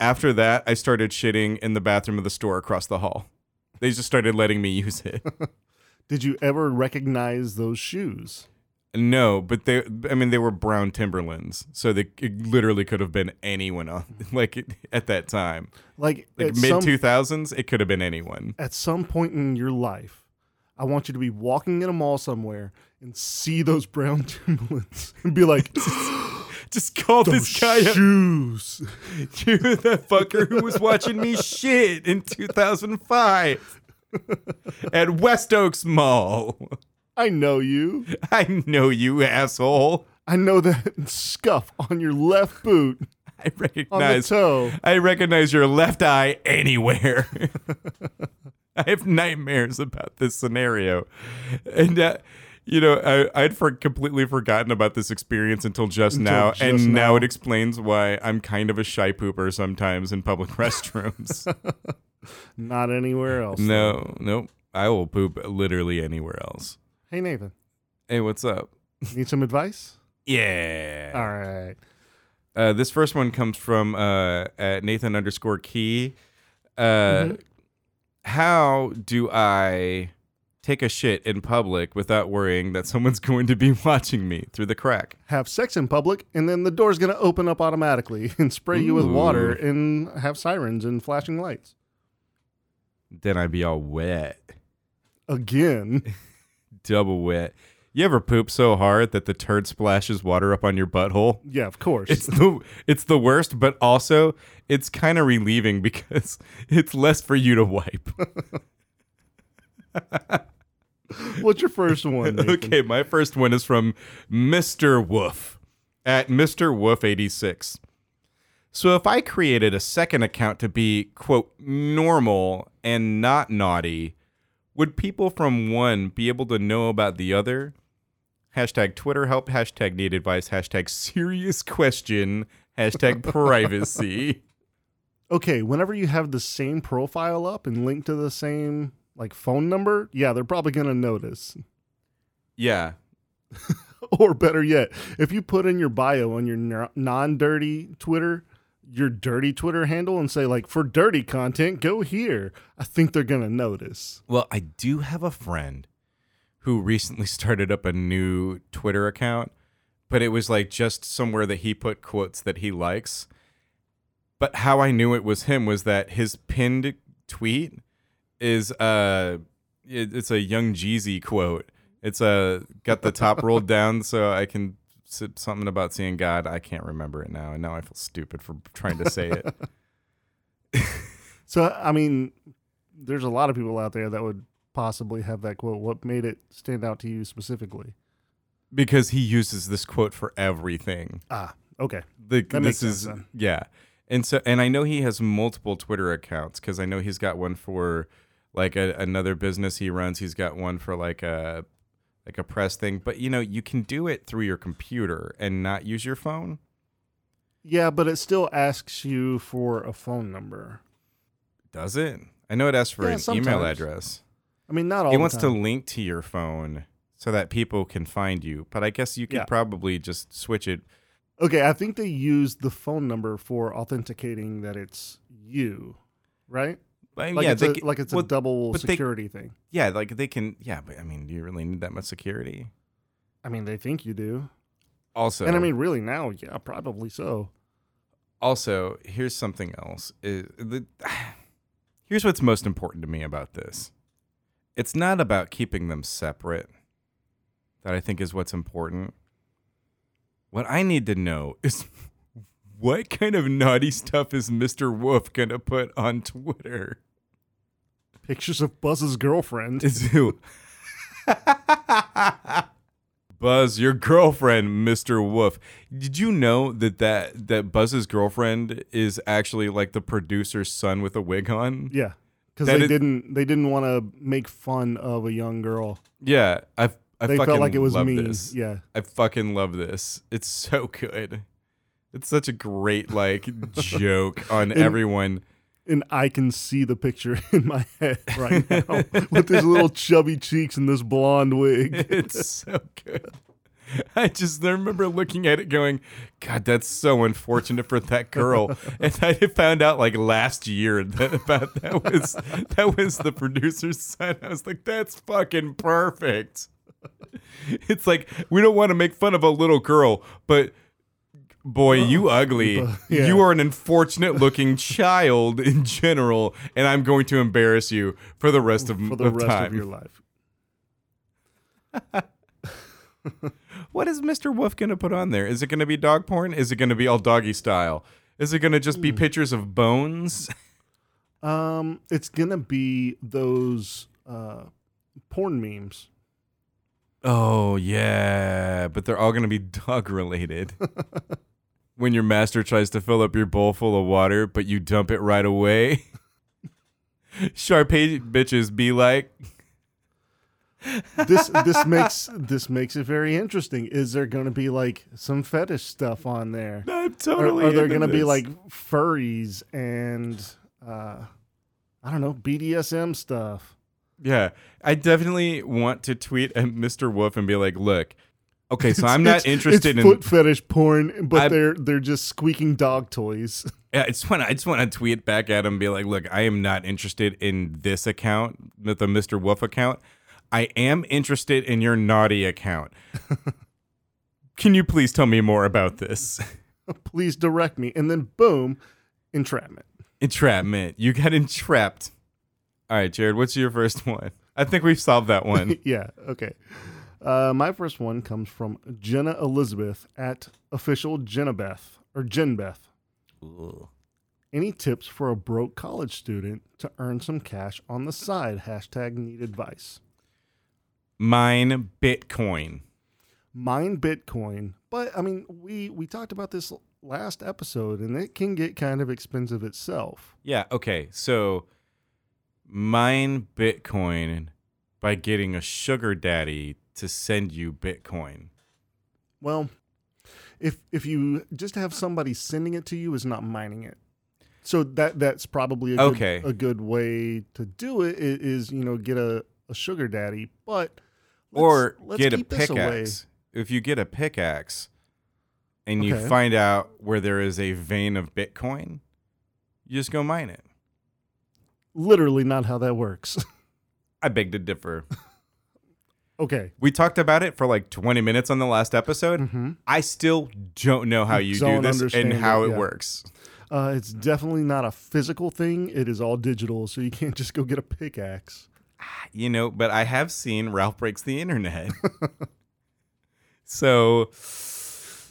After that, I started shitting in the bathroom of the store across the hall. They just started letting me use it.
Did you ever recognize those shoes?
No, but they I mean they were brown Timberlands. So they it literally could have been anyone else. like it- at that time.
Like,
Like
at
mid
some-
2000s, it could have been anyone.
at some point in your life, I want you to be walking in a mall somewhere and see those brown Timberlands and be like,
Just call
those
this guy uh, up.
shoes.
you that fucker who was watching me shit in 2005 at West Oaks Mall.
I know you.
I know you asshole.
I know that scuff on your left boot
I
on
recognize
the toe.
I recognize your left eye anywhere. I have nightmares about this scenario. And, uh, you know, I, I'd for completely forgotten about this experience until just
Until
now.
just
and now.
now.
it explains why I'm kind of a shy pooper sometimes in public restrooms.
Not anywhere else.
no, nope. I will poop literally anywhere else.
Hey, Nathan,
Hey, what's up?
need some advice?
Yeah.
All right.
Uh, this first one comes from uh, at Nathan underscore Key. Uh, How do I take a shit in public without worrying that someone's going to be watching me through the crack?
Have sex in public, and then the door's going to open up automatically and spray you with water
Ooh.
and have sirens and flashing lights.
Then I'd be all wet,
Again.
double wet. You ever poop so hard that the turd splashes water up on your butthole?
Yeah, of course.
It's the it's the worst, but also it's kind of relieving because it's less for you to wipe.
What's your first one? Nathan?
Okay, my first one is from Mr. Woof at Mr. Woof86. So if I created a second account to be, quote, normal and not naughty, would people from one be able to know about the other? Hashtag Twitter help, hashtag need advice, hashtag serious question, hashtag privacy.
okay, whenever you have the same profile up and linked to the same like phone number, yeah, they're probably going to notice.
Yeah.
Or better yet, if you put in your bio on your non dirty Twitter, your dirty Twitter handle and say, like, for dirty content, go here. I think they're going to notice.
Well, I do have a friend who recently started up a new Twitter account, but it was like just somewhere that he put quotes that he likes. But how I knew it was him was that his pinned tweet is uh it- it's a young Jeezy quote. It's a got the top rolled down so I can s- something about seeing God. I can't remember it now, and now I feel stupid for trying to say it.
So, I mean, there's a lot of people out there that would possibly have that quote. What made it stand out to you specifically?
because he uses this quote for everything.
Ah, okay.
the,
That
this
makes sense
is
then.
yeah and so and i know he has multiple twitter accounts because i know he's got one for like a, another business he runs. He's got one for like a like a press thing, but you know you can do it through your computer and not use your phone.
Yeah, but it still asks you for a phone number.
Does it? I know it asks for
Yeah,
an email
sometimes.
address.
I mean, not all.
It wants to
the time.
link to your phone so that people can find you. But I guess you could
Yeah.
probably just switch it.
Okay, I think they use the phone number for authenticating that it's you, right?
Like,
Like
yeah,
it's
they
a,
ca-
like it's a
well,
double
but they-
security thing.
yeah, like they can. Yeah, but I mean, do you really need that much security?
I mean, they think you do,
Also,
and I mean, really now, yeah, probably so.
also here's something else is the, here's what's most important to me about this it's not about keeping them separate that i think is what's important what i need to know is what kind of naughty stuff is mr wolf gonna put on twitter
Pictures of Buzz's girlfriend.
is who Buzz, your girlfriend, Mr. Wolf. Did you know that, that that Buzz's girlfriend is actually like the producer's son with a wig on?
Yeah, because
That
they
is-
didn't they didn't want to make fun of a young girl.
Yeah, I I
They
fucking
felt like it was
love
mean.
this.
Yeah,
I fucking love this. It's so good. It's such a great like joke on everyone.
and I can see the picture in my head right now with his little chubby cheeks and this blonde wig.
It's so good. I just I remember looking at it going, God, that's so unfortunate for that girl. And I found out like last year that about that was that was the producer's son. I was like, that's fucking perfect. It's like we don't want to make fun of a little girl, but boy, you ugly.
Yeah.
You are an unfortunate looking child in general, and I'm going to embarrass you for the rest of,
for the
of
rest
time.
of your life.
What is Mr. Wolf going to put on there? Is it going to be dog porn? Is it going to be all doggy style? Is it going to just
Hmm.
be pictures of bones?
Um, it's gonna be those uh, porn memes.
Oh, yeah. But they're all going to be dog related. when your master tries to fill up your bowl full of water, but you dump it right away. Sharpay bitches be like,
This this makes this makes it very interesting. Is there gonna be like some fetish stuff on there?
I'm
Or
totally.
are there
into
gonna be
this."
like furries and uh, I don't know BDSM stuff?
yeah, I definitely want to tweet at Mr. Wolf and be like, look, okay, so I'm
It's-
not interested
it's
in
foot fetish porn, but
I-
they're they're just squeaking dog toys.
Yeah, I just want to, I just want to tweet back at him and be like, look, I am not interested in this account, the Mr. Wolf account. I am interested in your naughty account. Can you please tell me more about this?
Please direct me, and then boom, entrapment.
Entrapment. You got entrapped. All right, Jared, what's your first one? I think we've solved that one.
yeah. Okay. Uh, my first one comes from Jenna Elizabeth at official Jenna Beth or Jen Beth. Any tips for a broke college student to earn some cash on the side? Hashtag need advice.
Mine Bitcoin.
Mine Bitcoin, but I mean, we we talked about this last episode, and it can get kind of expensive itself.
Yeah, okay. So mine Bitcoin by getting a sugar daddy to send you Bitcoin.
Well, if if you just have somebody sending it to you is not mining it. So that that's probably a good,
Okay.
a good way to do it i- is you know get a, a sugar daddy, but let's-
or
let's
get a
keep this away.
pickaxe. If you get a pickaxe and you
Okay.
find out where there is a vein of Bitcoin, you just go mine it.
Literally not how that works.
I beg to differ.
okay,
we talked about it for like 20 minutes on the last episode. I still don't know how you
Mm-hmm. Don't
do this and
understand
how
it,
it,
yeah.
works.
uh, it's definitely not a physical thing. It is all digital, so you can't just go get a pickaxe.
You know, but I have seen Ralph Breaks the Internet. so,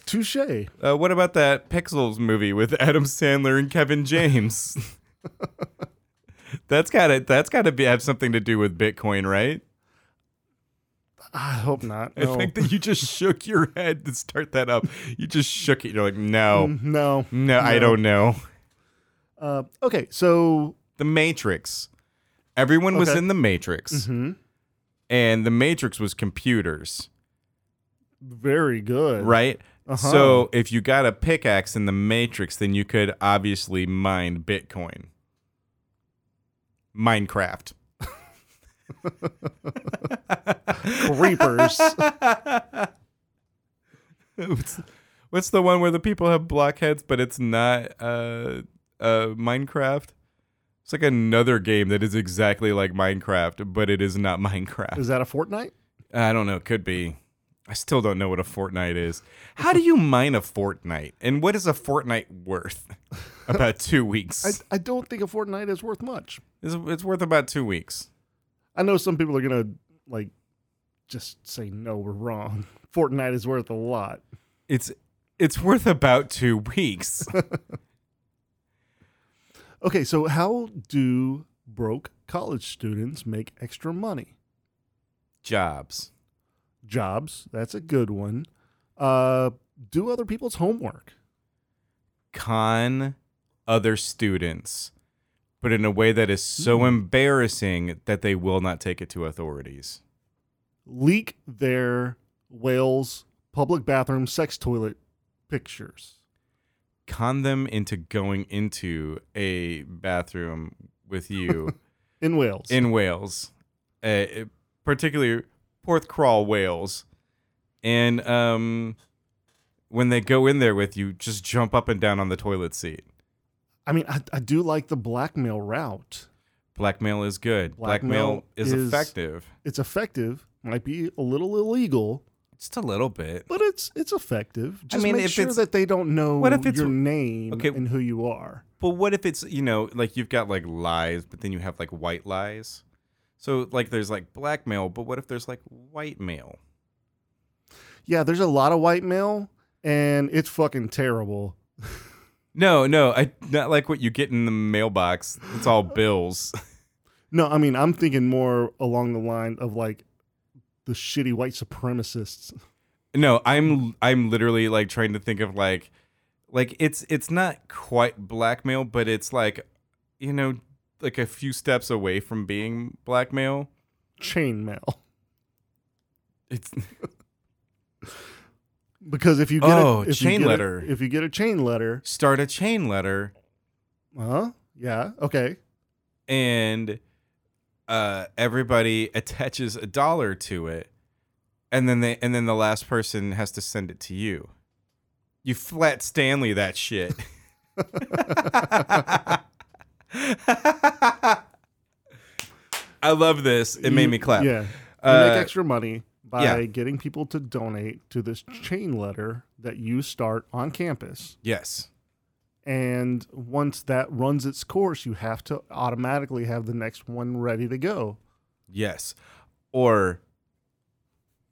Touche.
uh, what about that Pixels movie with Adam Sandler and Kevin James? that's got to that's got to be have something to do with Bitcoin, right?
I hope not.
I
No.
think that you just shook your head to start that up. You just shook it. You're like, no,
Mm, no.
no, I
No.
don't know.
Uh, okay, so
The Matrix. Everyone was
Okay.
in the Matrix,
hmm
and the Matrix was computers,
Very good.
right?
Uh-huh.
So if you got a pickaxe in the Matrix, then you could obviously mine Bitcoin, Minecraft.
Creepers.
what's, what's the one where the people have blockheads, but it's not uh, uh, Minecraft? It's like another game that is exactly like Minecraft, but it is not Minecraft.
Is that a Fortnite?
I don't know. Could be. I still don't know what a Fortnite is. How do you mine a Fortnite? And what is a Fortnite worth? About two weeks.
I, I don't think a Fortnite is worth much.
it's, it's worth about two weeks.
I know some people are gonna like just say no, we're wrong. Fortnite is worth a lot.
It's it's worth about two weeks.
Okay, so how do broke college students make extra money?
Jobs.
Jobs, that's a good one. Uh, do other people's homework.
con other students, but in a way that is so embarrassing that they will not take it to authorities.
Leak their whales public bathroom sex toilet pictures.
Con them into going into a bathroom with you
In Wales.
in Wales, uh, particularly Porthcrawl, Wales. And um, when they go in there with you, just jump up and down on the toilet seat.
I mean, I, I do like the blackmail route.
Blackmail is good.
Blackmail
Blackmail, is,
is-
effective.
It's effective, might be a little illegal,
Just a little bit.
but it's it's effective. Just
mean,
make
if
sure
it's-
that they don't know
what if it's-
your name
Okay.
and who you are.
But what if it's you know like you've got like lies, but then you have like white lies. So like there's like blackmail, but what if there's like white mail?
Yeah, there's a lot of white male, and it's fucking terrible.
No, no, I not like what you get in the mailbox. It's all bills.
No, I mean, I'm thinking more along the line of like the shitty white supremacists.
No, I'm I'm literally like trying to think of like like it's it's not quite blackmail, but it's like you know like a few steps away from being blackmail.
Chainmail.
It's
Because if you get
Oh,
a, if
chain
you get a-
letter.
if you get a chain letter,
start a chain letter
huh? Yeah, okay.
and uh, everybody attaches a dollar to it, and then they and then the last person has to send it to you. You flat Stanley that shit. I love this. It made
You-
me clap.
Yeah, you
Uh,
make extra money by
yeah.
getting people to donate to this chain letter that you start on campus.
Yes.
And once that runs its course, you have to automatically have the next one ready to go.
Yes. Or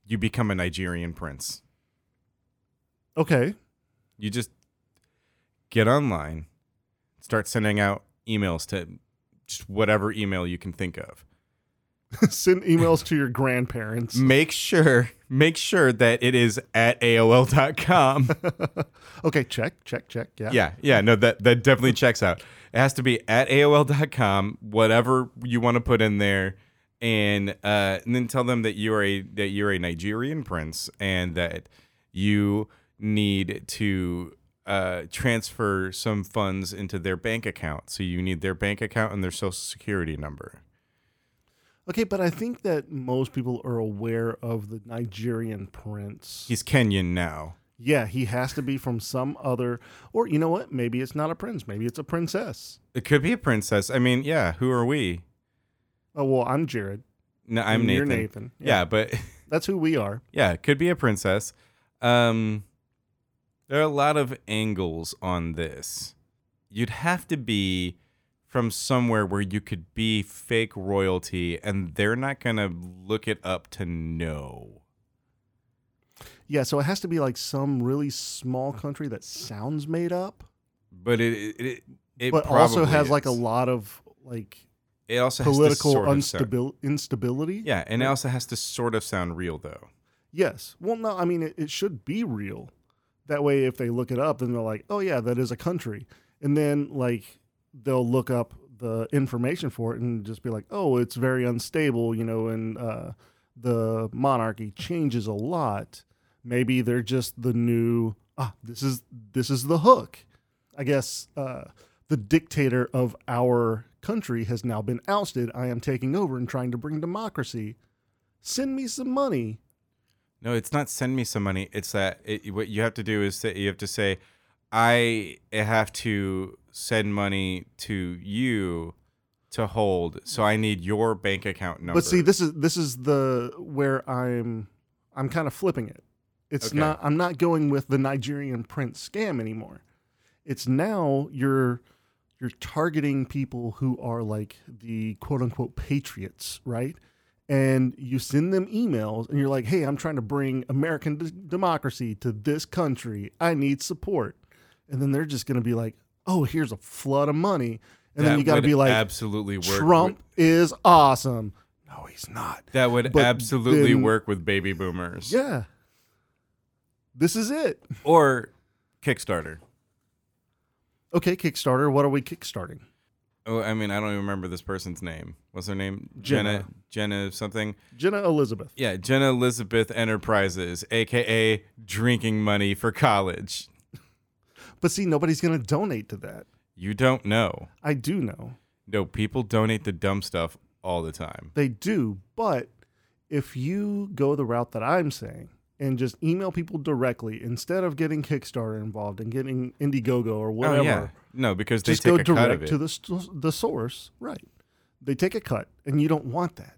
you become a Nigerian prince.
Okay.
You just get online, start sending out emails to just whatever email you can think of.
send emails to your grandparents.
Make sure, make sure that it is at AOL.com.
okay, check, check, check. Yeah.
yeah, yeah, no, that, that definitely checks out. It has to be at AOL.com, whatever you want to put in there. And uh, and then tell them that you're a that you're a Nigerian prince and that you need to uh, transfer some funds into their bank account. So you need their bank account and their social security number.
Okay, but I think that most people are aware of the Nigerian prince.
He's Kenyan now.
yeah, he has to be from some other, or you know what? Maybe it's not a prince. Maybe it's a princess.
It could be a princess. I mean, yeah, who are we?
Oh well, I'm Jared.
No, I'm
and
Nathan.
You're Nathan.
Yeah, but
that's who we are.
yeah, it could be a princess. Um, there are a lot of angles on this. You'd have to be from somewhere where you could be fake royalty, and they're not gonna look it up to know.
Yeah, so it has to be like some really small country that sounds made up,
But it it it, it
but also
probably
has like a
is.
lot of like
It also has to
political
sort of sound-
unstabil- instability.
Yeah, and it also has to sort of sound real though.
Yes. Well, no, I mean, it, it should be real. That way, if they look it up, then they're like, oh, yeah, that is a country. And then, like, they'll look up the information for it and just be like, oh, it's very unstable, you know, and uh, the monarchy changes a lot. Maybe they're just the new. Ah, this is this is the hook. I guess uh, the dictator of our country has now been ousted. I am taking over and trying to bring democracy. Send me some money.
No, it's not send me some money. It's that it, what you have to do is say, you have to say, I have to send money to you to hold. So I need your bank account number.
But see, this is this is the where I'm I'm kind of flipping it. It's
Okay.
not I'm not going with the Nigerian prince scam anymore. It's now you're you're targeting people who are like the quote unquote patriots, right? And you send them emails and you're like, "Hey, I'm trying to bring American d- democracy to this country. I need support." And then they're just going to be like, "Oh, here's a flood of money." And
That
then you got to
would
be like,
absolutely work.
Trump
with-
is awesome. No, he's not.
that would
but
absolutely
then-
work with baby boomers
Yeah. This is it.
or Kickstarter.
Okay, Kickstarter. What are we kickstarting?
Oh, I mean, I don't even remember this person's name. What's her name? Jenna. Jenna something.
Jenna Elizabeth.
Yeah, Jenna Elizabeth Enterprises, aka drinking money for college.
But see, nobody's going to donate to that.
You don't know.
I do know.
No, people donate the dumb stuff all the time.
They do. But if you go the route that I'm saying and just email people directly instead of getting Kickstarter involved and getting Indiegogo or whatever,
Oh, yeah. No, because they
just
take
go
a cut of
direct
it.
to the, st- the source. Right. They take a cut, and you don't want that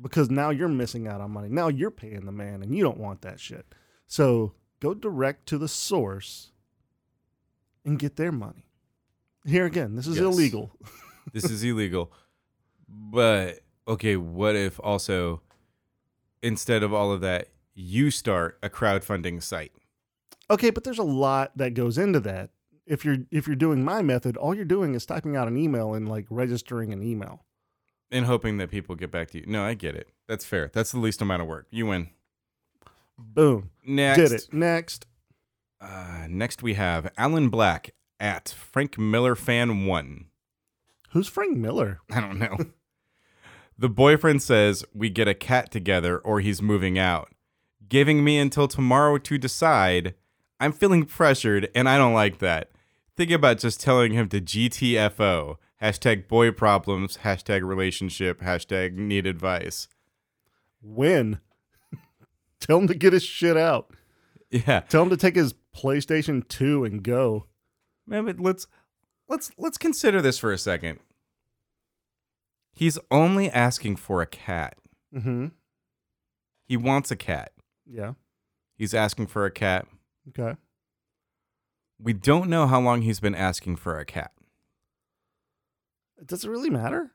because now you're missing out on money. Now you're paying the man, and you don't want that shit. So go direct to the source and get their money. Here again, this is
Yes.
illegal.
this is illegal. But okay, what if also instead of all of that, you start a crowdfunding site?
Okay, but there's a lot that goes into that. If you're if you're doing my method, all you're doing is typing out an email and like registering an email.
and hoping that people get back to you. No, I get it. That's fair. That's the least amount of work. You win.
Boom.
Next.
Did it. Next.
Uh, next, we have Alan Black at Frank Miller Fan 1.
Who's Frank Miller?
I don't know. the boyfriend says, We get a cat together or he's moving out. Giving me until tomorrow to decide. I'm feeling pressured and I don't like that. Think about just telling him to GTFO. Hashtag boy problems, hashtag relationship, hashtag need advice.
When? Tell him to get his shit out.
Yeah.
Tell him to take his PlayStation 2 and go.
Man, but let's let's let's consider this for a second. He's only asking for a cat.
Mm-hmm.
He wants a cat.
Yeah.
He's asking for a cat.
Okay.
We don't know how long he's been asking for a cat.
Does it really matter?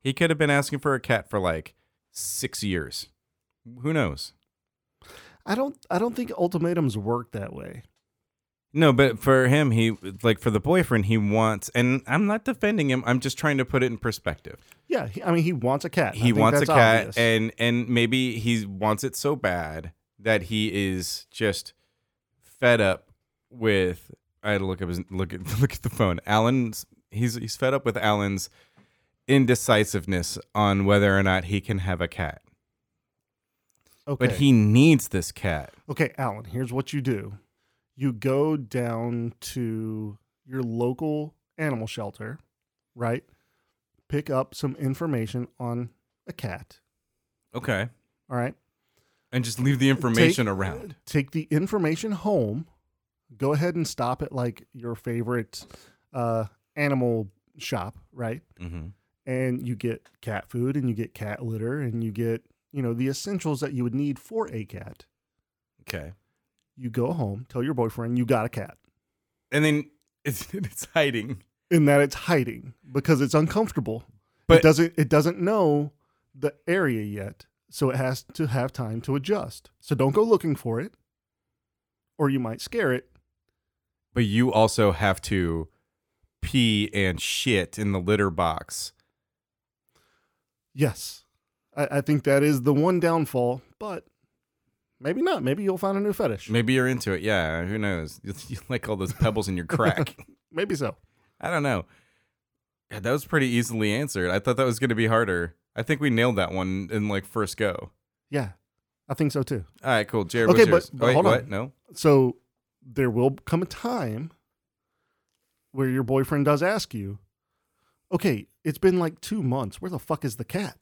He could have been asking for a cat for like 6 years. Who knows?
I don't I don't think ultimatums work that way.
No, but for him he like for the boyfriend he wants and I'm not defending him. I'm just trying to put it in perspective.
Yeah, he, I mean he wants a cat. I
he
think
wants a
that's
cat
obvious.
and and maybe he wants it so bad that he is just fed up with I had to look up his look at look at the phone. Alan's he's he's fed up with Alan's indecisiveness on whether or not he can have a cat.
okay.
But he needs this cat.
Okay, Alan, here's what you do. You go down to your local animal shelter, right? Pick up some information on a cat,
Okay.
all right?
And just leave the information around.
take the information home. Go ahead and stop at like your favorite uh, animal shop, right?
hmm
And you get cat food and you get cat litter and you get, you know, the essentials that you would need for a cat.
Okay.
You go home, tell your boyfriend you got a cat
And then it's it's hiding.
and that it's hiding because it's uncomfortable.
But-
it doesn't it doesn't know the area yet, so it has to have time to adjust. So don't go looking for it or you might scare it
But you also have to pee and shit in the litter box.
Yes. I, I think that is the one downfall, but maybe not. Maybe you'll find a new fetish.
Maybe you're into it. Yeah, who knows? You, you like all those pebbles in your crack.
Maybe so.
I don't know. Yeah, that was pretty easily answered. I thought that was going to be harder. I think we nailed that one in like first go.
Yeah, I think so too.
All right, cool. Jared,
Okay,
what's yours?
but- but
Wait,
hold on.
what? No.
So there will come a time where your boyfriend does ask you, okay, it's been like two months. Where the fuck is the cat?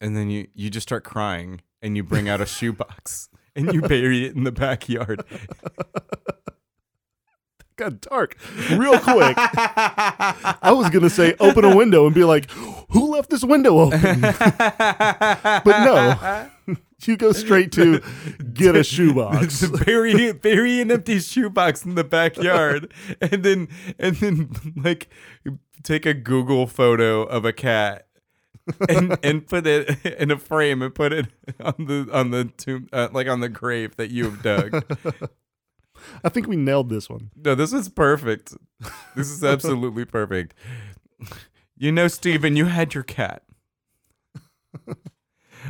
And then you you just start crying and you bring out a shoebox and you bury it in the backyard.
Got dark real quick. I was going to say open a window and be like, who left this window open? but no, you go straight to get a shoebox.
bury bury an empty shoebox in the backyard and then and then like take a Google photo of a cat and and put it in a frame and put it on the on the tomb uh, like on the grave that you have dug.
I think we nailed this one.
No, this is perfect. This is absolutely perfect. You know, Steven, you had your cat.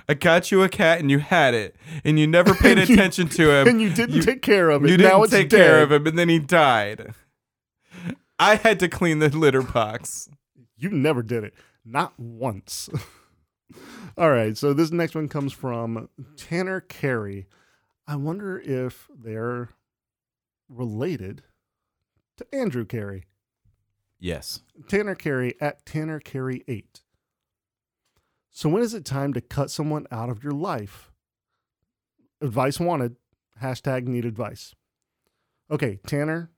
I got you a cat and you had it and you never paid
And you-
attention to him.
and you didn't take care of it.
Um, You
now
didn't
it's
take
dead.
care of him, and then he died. I had to clean the litter box.
You never did it. Not once. All right. So this next one comes from Tanner Carey. I wonder if they're related to Andrew Carey.
Yes.
Tanner Carey at Tanner Carey 8. So when is it time to cut someone out of your life? Advice wanted. Hashtag need advice. Okay, Tanner,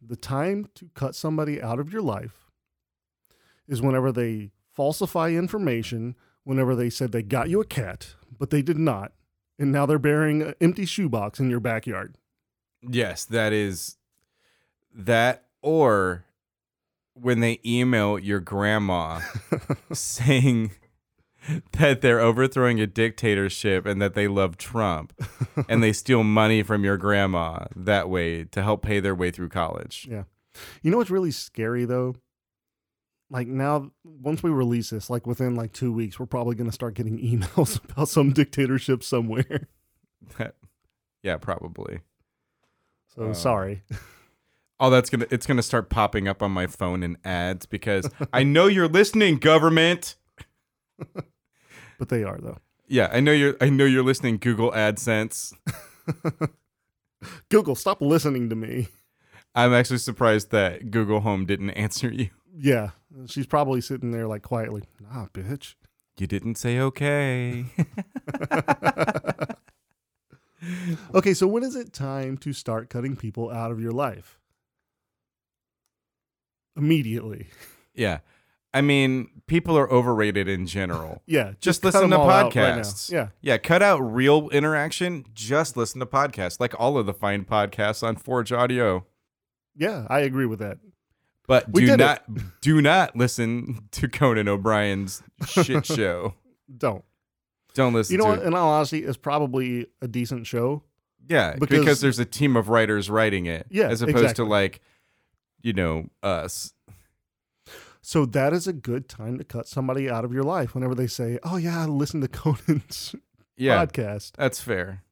the time to cut somebody out of your life is whenever they falsify information, whenever they said they got you a cat, but they did not, and now they're burying an empty shoebox in your backyard.
Yes, that is that or when they email your grandma saying that they're overthrowing a dictatorship and that they love Trump and they steal money from your grandma that way to help pay their way through college.
You know what's really scary though? Like now, once we release this, like within like two weeks, we're probably going to start getting emails about some dictatorship somewhere.
yeah, probably.
So
Oh.
sorry.
Oh, that's gonna it's gonna start popping up on my phone in ads because I know you're listening, government.
But they are though.
Yeah, I know you're I know you're listening, Google AdSense.
Google, stop listening to me.
I'm actually surprised that Google Home didn't answer you.
Yeah. She's probably sitting there like quietly, nah, bitch.
You didn't say okay.
Okay. So when is it time to start cutting people out of your life? Immediately.
yeah. I mean, people are overrated in general.
Yeah.
Just
cut
listen
them
to
all out right now.
podcasts.
yeah.
Yeah, cut out real interaction, just listen to podcasts, like all of the fine podcasts on Forge Audio.
Yeah. I agree with that.
But
We did
do
it.
not do not listen to Conan O'Brien's shit show.
Don't.
Don't listen
You know
to
what?
it.
In all honesty, it's probably a decent show.
Yeah, because,
Because-
there's a team of writers writing it.
Yeah,
as opposed
exactly.
to like, you know, us.
So that is a good time to cut somebody out of your life whenever they say, "Oh yeah, I listened to Conan's
Yeah,
podcast."
that's fair.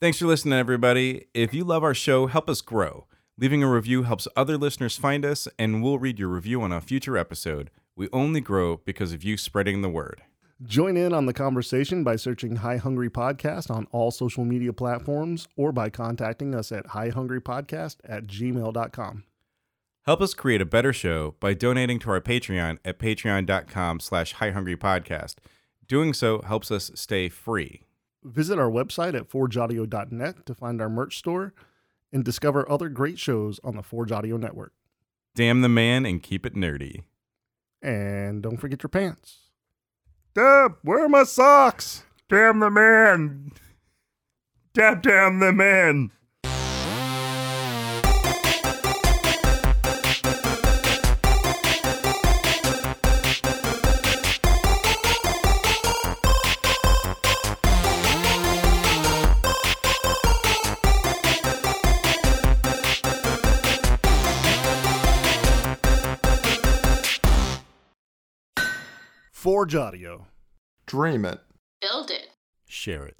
Thanks for listening, everybody. If you love our show, help us grow. Leaving a review helps other listeners find us, and we'll read your review on a future episode. We only grow because of you spreading the word.
Join in on the conversation by searching High Hungry Podcast on all social media platforms or by contacting us at highhungrypodcast at gmail.com.
Help us create a better show by donating to our Patreon at patreon.com slash highhungrypodcast. Doing so helps us stay free.
Visit our website at forgeaudio.net to find our merch store and discover other great shows on the Forge Audio Network.
Damn the man and keep it nerdy.
And don't forget your pants. Deb, where are my socks?
Damn the man. Dab damn the man.
Forge Audio.
Dream it.
Build it.
Share it.